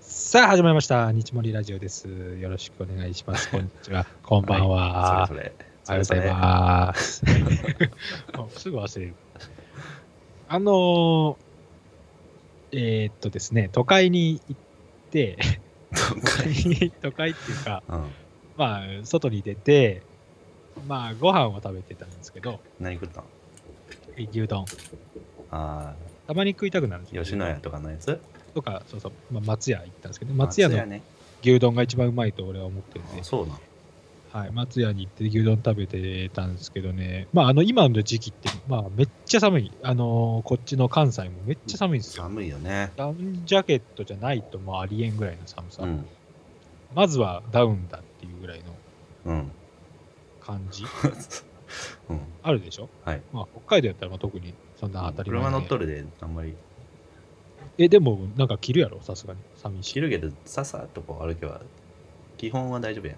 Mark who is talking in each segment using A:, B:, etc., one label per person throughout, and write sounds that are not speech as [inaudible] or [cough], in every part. A: さあ始まりました日森ラジオですよろしくお願いしますこんにち
B: [laughs]
A: はこんばんは、
B: それ
A: お
B: そ
A: はよ
B: れ
A: うござ
B: それ
A: いますもうすぐ忘れるあのーえーっとですね都会に行って [laughs]
B: それ
A: 都会に都会っていうか
B: うん
A: まあ外に出てまあご飯を食べてたんですけど
B: 何食ったん
A: 牛丼
B: あ
A: たまに食いたくなるんです
B: あ
A: よ
B: 吉野家とかのやつ
A: とかそうそう、まあ、松屋行ったんですけど松屋の
B: ね
A: 牛丼が一番うまいと俺は思ってるんで
B: あそうなん
A: はい、松屋に行って牛丼食べてたんですけどね、まあ、あの今の時期って、まあ、めっちゃ寒い、あのーこっちの関西もめっちゃ寒いんですよ。
B: 寒いよね
A: ダウンジャケットじゃないともうありえんぐらいの寒さ、
B: うん
A: まずはダウンだっていうぐらいの
B: うん [laughs]
A: 感じ、
B: うん
A: あるでしょ、
B: はい
A: まあ、北海道やったらまあ特にそんな当たり前で
B: 車乗っとるであんまり
A: えでも、なんか着るやろ、さすがに、寂しい。
B: 昼けどささっとこう歩けば基本は大丈夫やん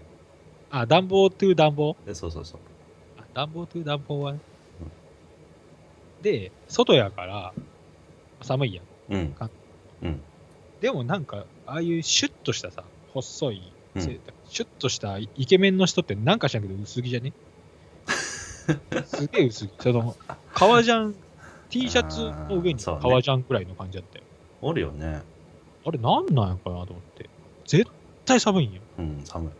A: あ、暖房という暖房、
B: えそうそうそう
A: あ暖房という暖房はね、で、外やから寒いやん。
B: うん
A: でもなんか、ああいうシュッとしたさ、細い、
B: うん
A: セーターシュッとしたイケメンの人ってなんかしらんけど薄着じゃ
B: [laughs]
A: ねすげえ薄着。その、革ジャン、T シャツの上
B: あー
A: に
B: そうね
A: 革ジャンくらいの感じだったよ。
B: おるよね
A: あれなんなんやかなと思って。絶対寒いんよ。
B: うん寒い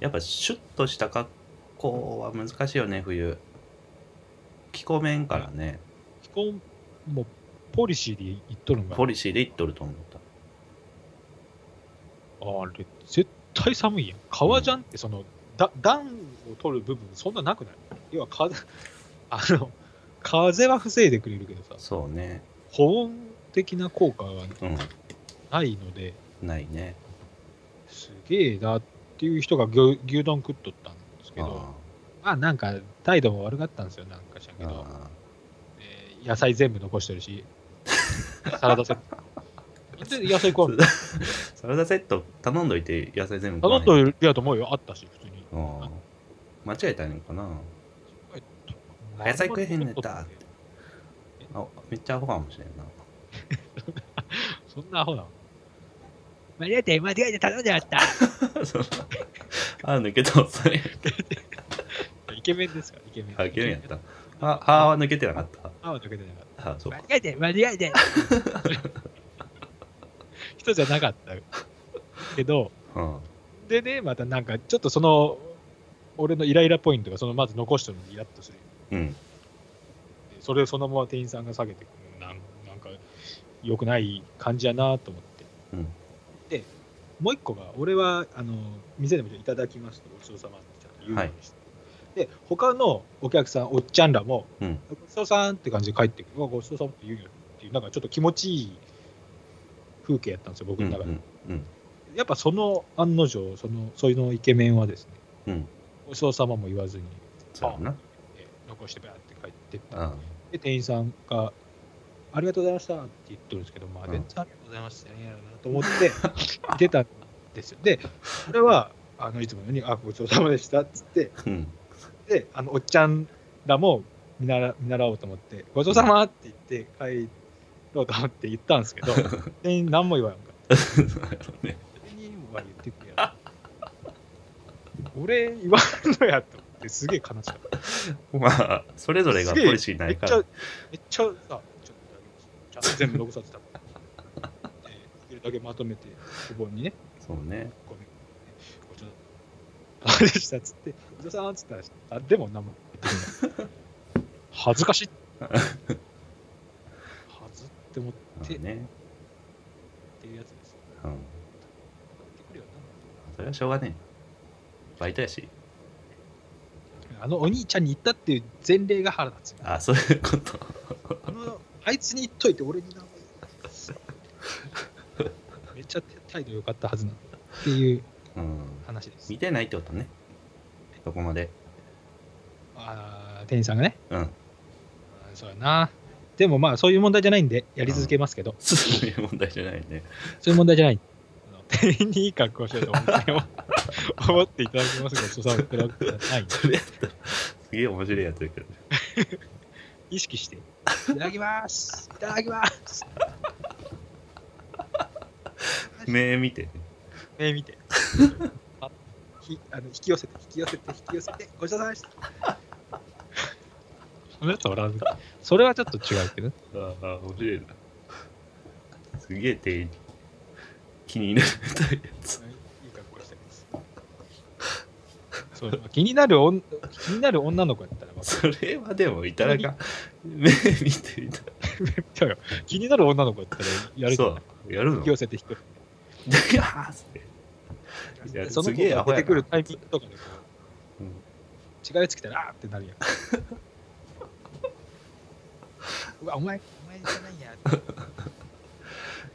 B: やっぱシュッとした格好は難しいよね冬気候面からね
A: 気候もポリシーで言っとるんが。
B: ポリシーでいっとると思った
A: あれ、絶対寒いやん。革ジャンってその、だ暖を取る部分そんななくない要は風、あの、風は防いでくれるけどさ。
B: そうね
A: 保温的な効果が
B: うん
A: ないので、
B: ないね
A: すげえなっていう人が牛牛丼食っとったんですけど、まあなんか態度も悪かったんですよ、なんかしらんけ
B: あ
A: ど、
B: あ
A: えー野菜全部残してるし、サラダセット。なん
B: [laughs]
A: で野菜食わんの
B: サラダセット頼んどいて野菜全部
A: 頼ん
B: い
A: どるやと思うよ、あったし、普通に。
B: 間違えたのかな野菜食えへんねんだあめっちゃアホかもしれんな
A: [laughs] そんなアホなの間違えて、間違えて頼んじゃ
B: [laughs]
A: った。
B: あ抜けたそれ
A: イケメンですから、イケメン。
B: あけるんやったあ歯は抜けてなかっ
A: あは抜けてなかった。
B: たあそう
A: 間違
B: か
A: えて間違えて人じゃなかったけど
B: うん
A: でねまたなんかちょっとその俺のイライラポイントがそのまず残してるのにイラッとする
B: うん
A: それをそのまま店員さんが下げてくるなんなんか良くない感じやなと思って、
B: うん
A: でもう一個が俺はあの店でもいただきますとごちそうさまってちゃんと言うようにして、で他のお客さんおっちゃんらも、
B: うん
A: ごちそうさんって感じで帰ってくるうわごちそうさんって言うよっていうなんかちょっと気持ちいい風景やったんですよ僕
B: う
A: の
B: んう
A: 中で、
B: んうん
A: やっぱその案の定そのそういうのイケメンはですね
B: うん
A: ごちそうさまも言わずに
B: そうやな
A: え残してバーって帰ってった
B: うん
A: で、店員さんが、ありがとうございましたって言ってるんですけど、まあ、
B: うん
A: 全然ありがとうございましたね、やろなと思って、出たんですよ。で、それは、あの、いつものように、あ、ごちそうさまでしたっつって、
B: うん [laughs]
A: で、あの、おっちゃんらも見習見習おうと思って、ごちそうさまって言って帰ろうと思って言ったんですけ
B: [laughs]
A: ど、店員何も言わんから。
B: そうやろね
A: 店員は言ってくれやろ。俺言わんのやと思って、すげえ悲しかった。
B: まあそれぞれがポリシーないか
A: め
B: ら
A: っちゃめっちゃさちょっとだけちゃんと全部残さ
B: [laughs]
A: ってたから、でできるだけまとめてお盆にね
B: そうね
A: ごめんごちょあれでしたっつって「伊沢さん」っつったらあでも何も言ってくれない恥ずかしいはずって思っ
B: まあね
A: てるやつです
B: うん
A: 言ってくるよ
B: それはしょうがねえバイトやし
A: なあのお兄ちゃんに言ったっていう前例が腹立つよ
B: あそういうこと
A: あのあいつに言っといて俺に名前言うめっちゃ態度良かったはずなのっていう
B: うん
A: 話です
B: 見てないってことねそこまで
A: あー店員さんがね、
B: うん
A: あーそうやな。でもまあ、そういう問題じゃないんで、やり続けますけど、
B: そういう問題じゃないね
A: そういう問題じゃない。あの店員にいい格好してると本当に思 [laughs] 思っていただきますが、そうさってるわけじゃないんで
B: それやったらすげえ面白いやつだけど
A: 意識して、いただきますいただきます
B: 目見てね。
A: 目見て。あひあの引き寄せて、引き寄せて、引き寄せて、ごちそうさまでした。 [laughs] そのやつは笑う。それはちょっと違うけど。
B: ああ、面白いな。すげえ店員気に入られたやつ。
A: いい格好してます。そう気になるおん気になる女の子やったらわか
B: それはでも、いただか、目見ていた
A: るけどよ気になる女の子やったらやるじゃない
B: そう、やる
A: 引
B: の
A: き寄せて引き寄せて
B: いやーすげえいや
A: その
B: す
A: 子
B: げえア
A: が出
B: ホやな
A: てくるタイミングとかでこう、
B: うん
A: 違うやつ来たらあーってなるやん。うわ、お前、お前じゃないや。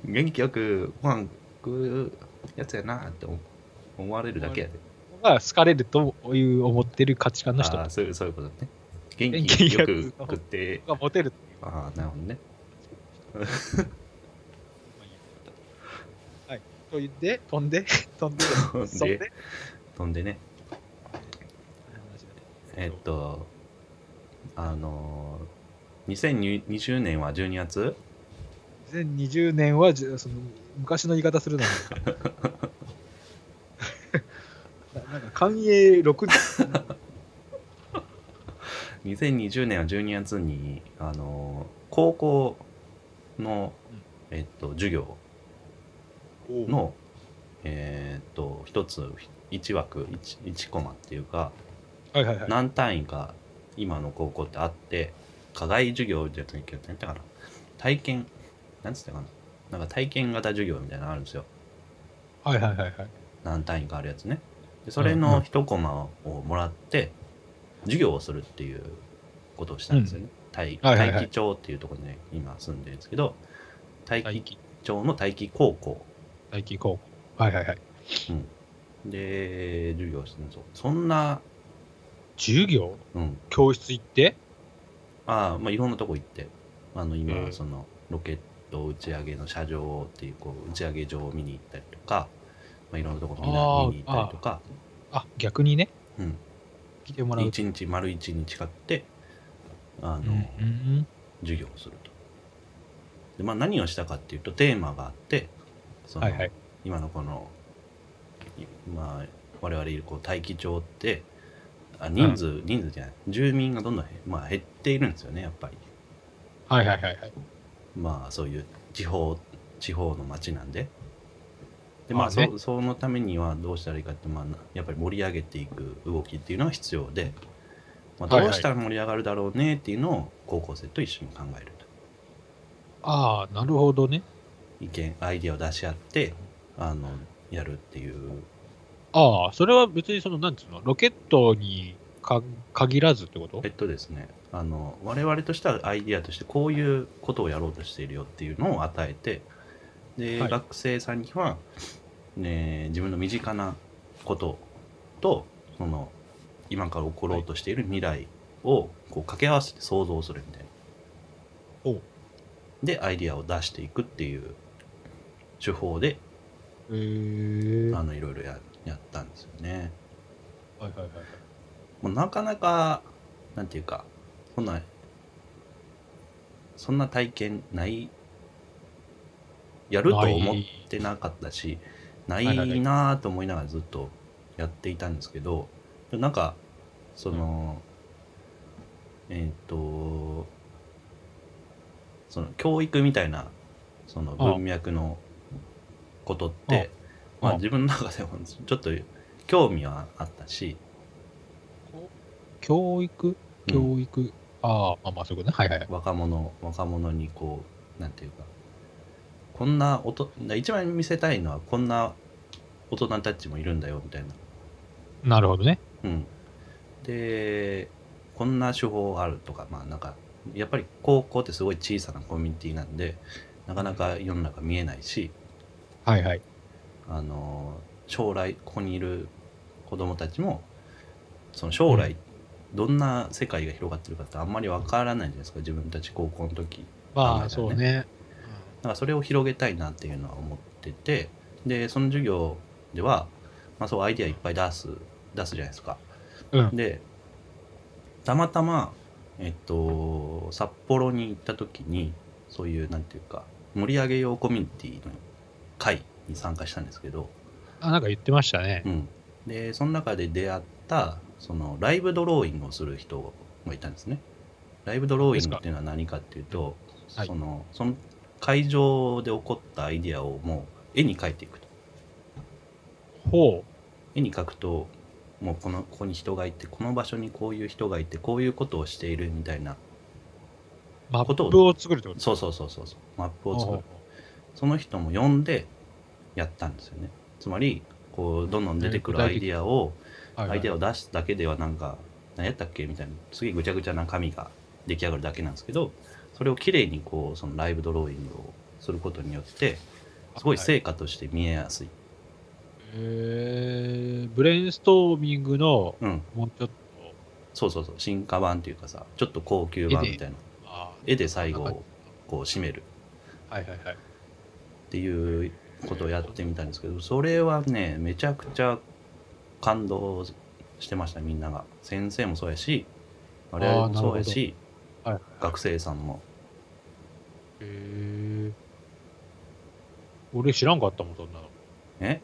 B: 元気よくご飯食うやつやなーって思思われるだけやで。
A: が好かれるという思ってる価値観の人
B: あ
A: が
B: あ、そういうそういうことね。元
A: 元
B: 気
A: 気
B: よ
A: よ
B: く
A: く
B: 食って、
A: モテるっていう。
B: ああ、なるほどね。
A: まあいいやはい。というで、飛んで、飛んで、
B: 飛んで
A: そんで、
B: 飛んでね、
A: え
B: えっと、あのー、2020年は12月
A: 2020年はじゅその昔の言い方するならななんか寛永6年
B: 2020年は12月に、あのー高校の
A: うん、
B: えっと、授業の、えっと、一つ、一枠、一一コマっていうか、
A: はいはいはい
B: 何単位か今の高校ってあって課外授業じゃないけど何て言うかな体験なんつったかななんか体験型授業みたいなのあるんですよ
A: はいはいはいはい
B: 何単位かあるやつねでそれの一コマをもらって授業をするっていうことをしたんですよね、待
A: はいはいはい
B: 待機町っていうところに、ね、今住んでるんですけど待
A: 大
B: 機
A: 気
B: 町の待機高校
A: 大気高校はいはいはい
B: で授業してるんですよそんな
A: 授業
B: うん
A: 教室行って
B: ああまあいろんなとこ行ってあの今、
A: うん
B: そのロケット打ち上げの射場っていうこう打ち上げ場を見に行ったりとか、まあ、いろんなとこ見な
A: あー
B: 見に行ったりとか
A: あ逆にね
B: うん
A: 来てもらう
B: 一日丸一日買ってあの、
A: うん
B: 授業をするとで、まあ、何をしたかっていうとテーマがあってその、
A: はいはい
B: 今のこのいまあ我々いるこう大気町ってあ人数、人数じゃない住民がどんどんへ、まあ、減っているんですよねやっぱり。
A: はいはいはいはい
B: まあそういう地方地方の町なんでで
A: ま
B: まあ
A: あね
B: そそのためにはどうしたらいいかって、まあ、なやっぱり盛り上げていく動きっていうのが必要で、ま
A: は
B: あ、
A: いはい
B: どうしたら盛り上がるだろうねっていうのを高校生と一緒に考えると
A: ああなるほどね
B: 意見アイディアを出し合ってあのやるっていう
A: ああそれは別にそのなんつうのロケットにか限らずってこと
B: えっとですねあの我々としてはアイディアとしてこういうことをやろうとしているよっていうのを与えてで、
A: はい
B: 学生さんには、ね、自分の身近なこととその今から起ころうとしている未来をこう掛け合わせて想像するみたい
A: お
B: な
A: う。
B: でアイディアを出していくっていう手法で
A: へえ
B: あのいろいろややったんですよね。
A: はいはいはい
B: もうなかなかなんていうかそんなそんな体験ないやると思ってなかったしない
A: い
B: いなぁと思いながらずっとやっていたんですけどでもなんかその、えっ、とその教育みたいなその文脈のことって
A: あ
B: まあ
A: あ
B: 自分の中でもちょっと興味はあったし、
A: 教育
B: うん
A: 教育、ああまあまあそういうことねはいはいはい
B: 若者若者にこうなんていうかこんなおと一番見せたいのはこんな大人たちもいるんだよみたいな、
A: なるほどね
B: うん、でこんな手法あるとかまあなんかやっぱり高校ってすごい小さなコミュニティなんでなかなか世の中見えないし
A: はいはい
B: あの将来ここにいる子供たちもその将来どんな世界が広がってるかってあんまりわからないじゃないですか自分たち高校の時
A: ま
B: 考えたらね
A: あそうね
B: なんかそれを広げたいなっていうのは思っててでその授業では、まあ、そうアイディアいっぱい出す出すじゃないですか。
A: うん
B: でたまたま、えっと、札幌に行った時にそういうなんていうか盛り上げようコミュニティの会に参加したんですけど、
A: あ、なんか言ってましたね
B: う。ん、でその中で出会ったそのライブドローイングをする人がいたんですねライブドローイングっていうのは何かっていうと
A: はい
B: そのその会場で起こったアイディアをもう絵に描いていくと
A: ほ
B: 絵に描くともうこのここに人がいてこの場所にこういう人がいてこういうことをしているみたいな
A: う。マッ
B: ことを
A: プを作るってこと
B: そうそうそうそうそうマップを作
A: ほう
B: るその人も呼んでやったんですよねつまりこうどんどん出てくる
A: ね
B: ア
A: 具体
B: イデ
A: 的
B: ィアを
A: はいは
B: ア
A: い
B: イデアを出すだけではなんか何やったっけみたいなすげえぐちゃぐちゃな紙が出来上がるだけなんですけどそれをきれいにこうそのライブドローイングをすることによってすごい
A: はい
B: 成果として見えやすい、
A: えーブレインストーミングの、
B: うん
A: もうちょっと、
B: そうそうそう進化版っていうかさちょっと高級版みたいな
A: あー
B: 絵で最後
A: なんか
B: をこう締める
A: はいはいはい。
B: っていうことをやってみたんですけどそれはねめちゃくちゃ感動してましたみんなが先生もそうやし我々もそうやし
A: あーなる
B: 学生さんも
A: えー、俺知らんかったもん、そんなの。
B: え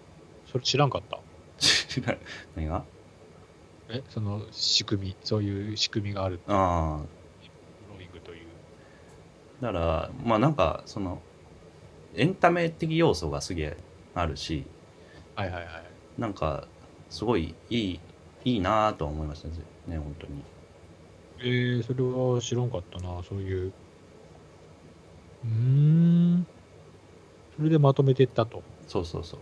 A: それ知らんかった。
B: 知らない [laughs] 何が
A: え、その仕組み、そういう仕組みがある。
B: ああ
A: ブローイングという。
B: だからまあなんかそのエンタメ的要素がすげえあるし
A: はいはいはい。
B: なんかすごいいいいいなぁとは思いましたね本当に
A: えー、それは知らんかったな、そういう。うーん。それでまとめてったと。
B: そうそうそう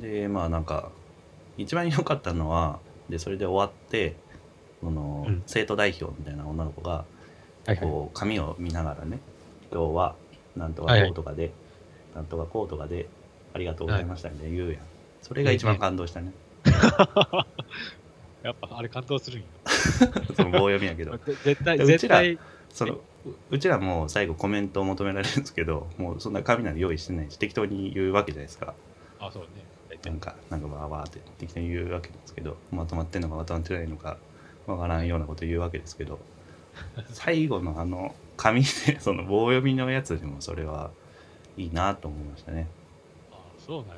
B: でまあなんか一番良かったのはでそれで終わってその、
A: うん
B: 生徒代表みたいな女の子が
A: はいはい。
B: こう紙を見ながらね今日はなんとかこうとかで、なんとかこうとかでありがとうございましたみたいな言うやん、それが一番感動したね
A: やっぱあれ感動するんよ。
B: その棒読みや
A: [laughs]
B: けど
A: ぜ絶対、
B: うちら
A: 絶対、
B: そのううちらも最後コメントを求められるんですけどもうそんな紙なんて用意してないし適当に言うわけじゃないですか
A: あ、そうね。大体
B: なんかなんかわーわーって適当に言うわけなんですけどまとまってんのかまとまってないのかわからんようなこと言うわけですけど
A: [laughs]
B: 最後のあの紙でその棒読みのやつでもそれはいいなと思いましたね、
A: あ、そうなんや。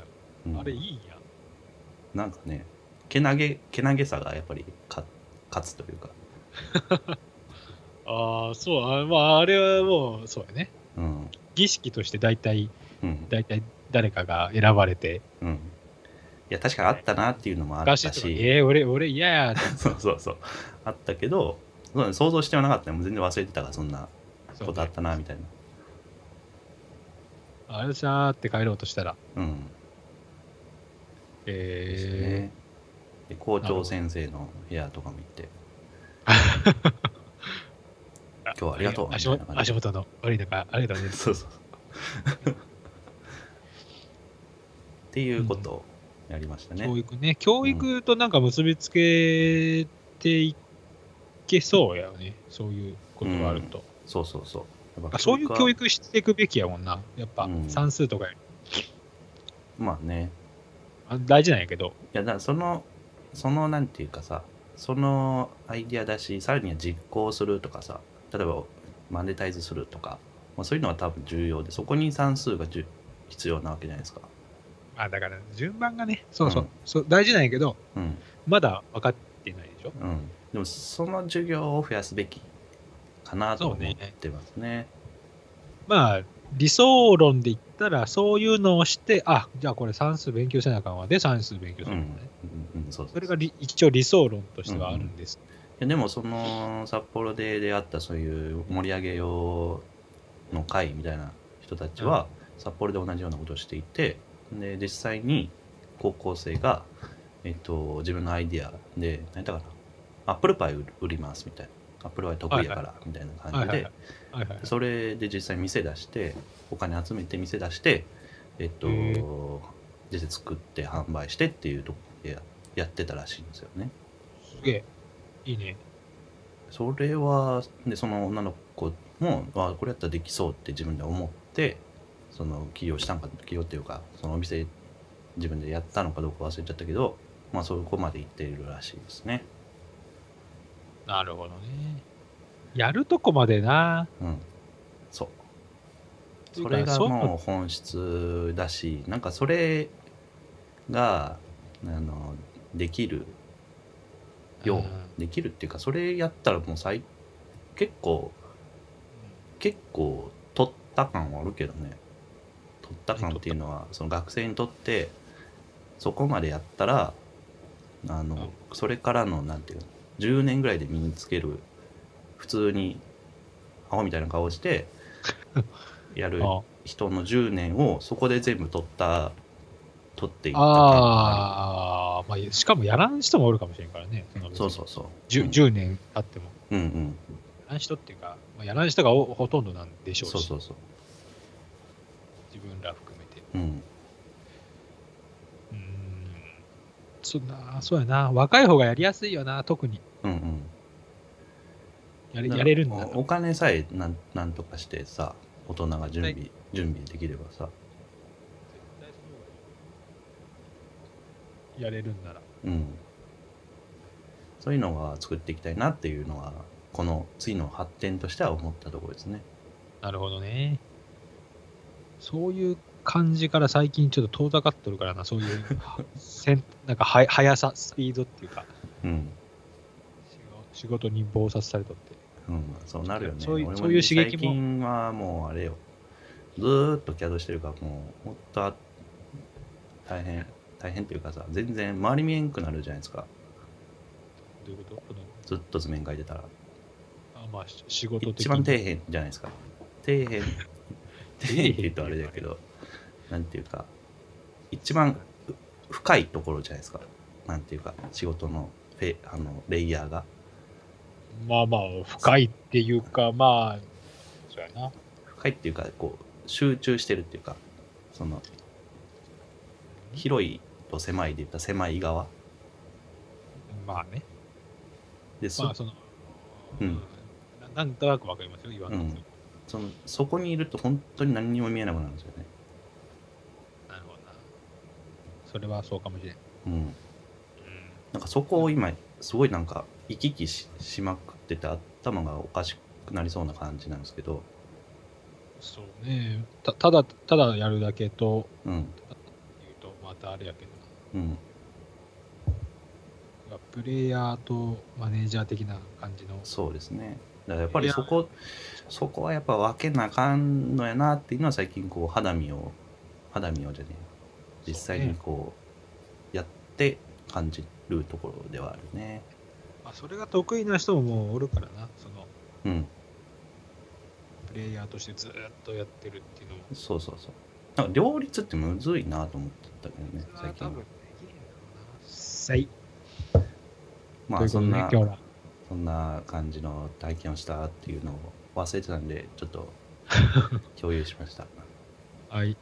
B: うん
A: あれいいんや。
B: なんかねけなげけなげさがやっぱりか勝つというか
A: ああ、そう、あまあ、あれはもう、そうやね。
B: うん
A: 儀式として大体、
B: うん
A: 大体誰かが選ばれて、
B: うんいや確かにあったなっていうのもあっ
A: おか
B: た
A: しいとか、
B: し
A: えー、俺、俺嫌やって、
B: [laughs] そうそうそうあったけどそうだね想像してはなかったねもう全然忘れてたからそんな
A: そう
B: ことあったなみたいな
A: あれさーって帰ろうとしたら、
B: うんです
A: え
B: ね、で校長先生の部屋とかも行
A: [laughs]
B: って
A: ー、
B: 今日はありがとう
A: 足
B: み
A: 元
B: たいな感
A: 足
B: じ
A: 元の悪い中、ありがとうね。
B: そうそうっていうことをやりましたね、
A: 教育ね。教育となんか結びつけていけそうやよね。そういうことがあると。
B: そうそうそうやっぱ
A: あそういう教
B: は
A: 育していくべきやもんな。やっぱ
B: うん
A: 算数とかより
B: まあね
A: あ大事なんやけど。
B: いやだからそのそのなんていうかさそのアイディアだしさらには実行するとかさ例えばマネタイズするとか、まあ、そういうのは多分重要でそこに算数がじゅ必要なわけじゃないですか
A: あだから順番がね、そうそう、
B: うん
A: そう大事なんやけど、
B: うん
A: まだ分かってないでしょ。
B: うんでもその授業を増やすべきかなと思ってますね
A: まあ、理想論で言ったら、そういうのをして、あじゃあこれ算数勉強せなあかんわで、算数勉強するのね。
B: うん、うん、そうそう
A: それがり一応理想論としてはあるんです。
B: いやでもその札幌で出会ったそういう盛り上げ用の会みたいな人たちは札幌で同じようなことをしていてで実際に高校生が、えっと、自分のアイディアで何だったかなアップルパイ売りますみたいなアップルパイ得意やからみたいな
A: は
B: 感
A: い
B: じ
A: はいは
B: で
A: い。はいはいはい
B: それで実際店出してお金集めて店出してえっ
A: へえ
B: と実際作って販売してっていうとこでややってたらしいんですよね
A: すげえ。いいね。
B: それはでその女の子もあこれやったらできそうって自分で思ってその起業したんか起業っていうかそのお店自分でやったのかどうか忘れちゃったけどまあそこまで行っているらしいですね
A: なるほどね。やるとこまでな。
B: うんそうそれが
A: そう
B: もう本質だしなんかそれがあのできるよ
A: うん
B: うできるっていうかそれやったらもう最結構結構取った感はあるけどね取った感っていうのはその学生にとってそこまでやったらあのそれからのなんていうの10年ぐらいで身につける普通にアホみたいな顔してやる
A: あ
B: 人の10年をそこで全部取った取っていった感があ
A: あー、まあ、しかもやらん人もおるかもしれんからね。
B: るそう
A: う。
B: そうそう
A: 10, 10年経っても。
B: うんうん
A: やらん人っていうか、まあ、やらん人がおほとんどなんでしょうし、
B: そうそうそう
A: 自分ら含めて。
B: うん
A: うーん。そんな、そうやな。若い方がやりやすいよな、特に。
B: うんうん
A: やれやれるんだ
B: おお金さえなんなんとかしてさ大人が準備、
A: は
B: 準備できればさ
A: やれるんなら。
B: うんそういうのは作っていきたいなっていうのはこの次の発展としては思ったところですね
A: なるほどね。そういう感じから最近ちょっと遠ざかっとるからな、そういう
B: [laughs]
A: せん、なんかは速さ、スピードっていうか、
B: うん
A: 仕事仕事に忙殺されとって。
B: うん、そうなるよね。
A: そういう
B: 俺も
A: そういう刺激も
B: 最近はもうあれよ。ずーっと CAD してるから、もう、もっとあ大変、大変っていうかさ、全然周り見えんくなるじゃないですか。
A: どういうことこの
B: ずっと図面描いてたら。
A: あまあ、し仕事的に
B: 一番底辺じゃないですか。底辺、
A: [laughs]
B: 底辺って言うとあれだけど、なんていうか、一番ふ深いところじゃないですか。なんていうか、仕事のフェあのレイヤーが。
A: まあまあ、深いっていうか、まあ、そうやな。
B: 深いっていうかこう集中してるっていうかその広いと狭いで言ったら狭い側
A: まあね。
B: でそ,、
A: まあ、その、
B: うん
A: ななんとなくわかりますよ、言わんとす
B: うんそのそこにいると本当に何にも見えなくなるんですよね、
A: なるほどな。それはそうかもしれん。
B: うん、
A: うん
B: なんかそこを今すごいなんか行き来ししまくってて頭がおかしくなりそうな感じなんですけど、
A: そうねたただただやるだけと
B: うん
A: 言うとまたあれやけど
B: うん、
A: なプレイヤーとマネージャー的な感じの
B: そうですねだからやっぱりそこそこはやっぱ分けなあかんのやなっていうのは最近こう肌身を肌身をじゃねえ実際にこうやって感じるところではあるね。
A: まあ、それが得意な人ももうおるからなその
B: うん、
A: プレイヤーとしてずっとやってるっていうのも
B: そうそうそう。なんか両立ってむずいなと思ってたけどね、
A: それは多
B: 最近
A: 分
B: は
A: で。きへんだろうなはい
B: ま
A: というこ
B: あそ
A: とで
B: ん
A: ね
B: な
A: 今日は
B: そんな感じの体験をしたっていうのを忘れてたんで、ちょっ
A: [laughs]
B: と共有しました。
A: はい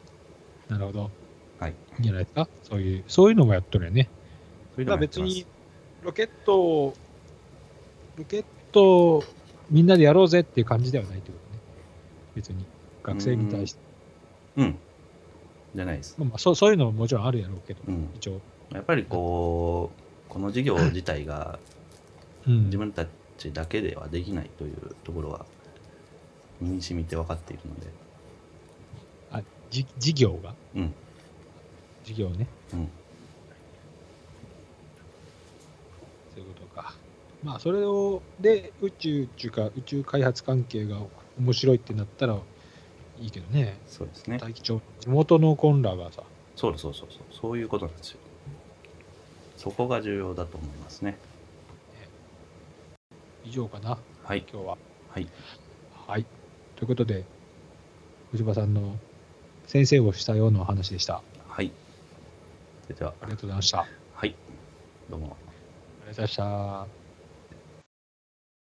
A: なるほど
B: はい。
A: いいんじゃないですかそういうそういうのもやっとるよね
B: それ
A: まあ別にロケットをロケットをみんなでやろうぜっていう感じではないってことね別に学生に対して
B: うん。じゃないです。
A: まあまあ、そうそういうのももちろんあるやろうけど、
B: うん。
A: 一応、
B: やっぱりこう、この授業自体が自分たちだけではできないというところは身に染みて分かっているので、
A: じ事業が、
B: うん
A: 事業ね、
B: うん
A: そういうことか。まあ、それを、で、宇宙っていうか、宇宙開発関係が面白いってなったらいいけどね、
B: そうですね
A: 大吉町、地元のコンラがさ、
B: そうそうそうそうそういうことなんですよそこが重要だと思いますね
A: 以上かな、
B: はい
A: 今日は。
B: はい
A: はい。ということで、藤場さんの先生をしたようなお話でした。あ
B: はいそれでは
A: りがとうございました。あ
B: はいどうも
A: りがとうございました。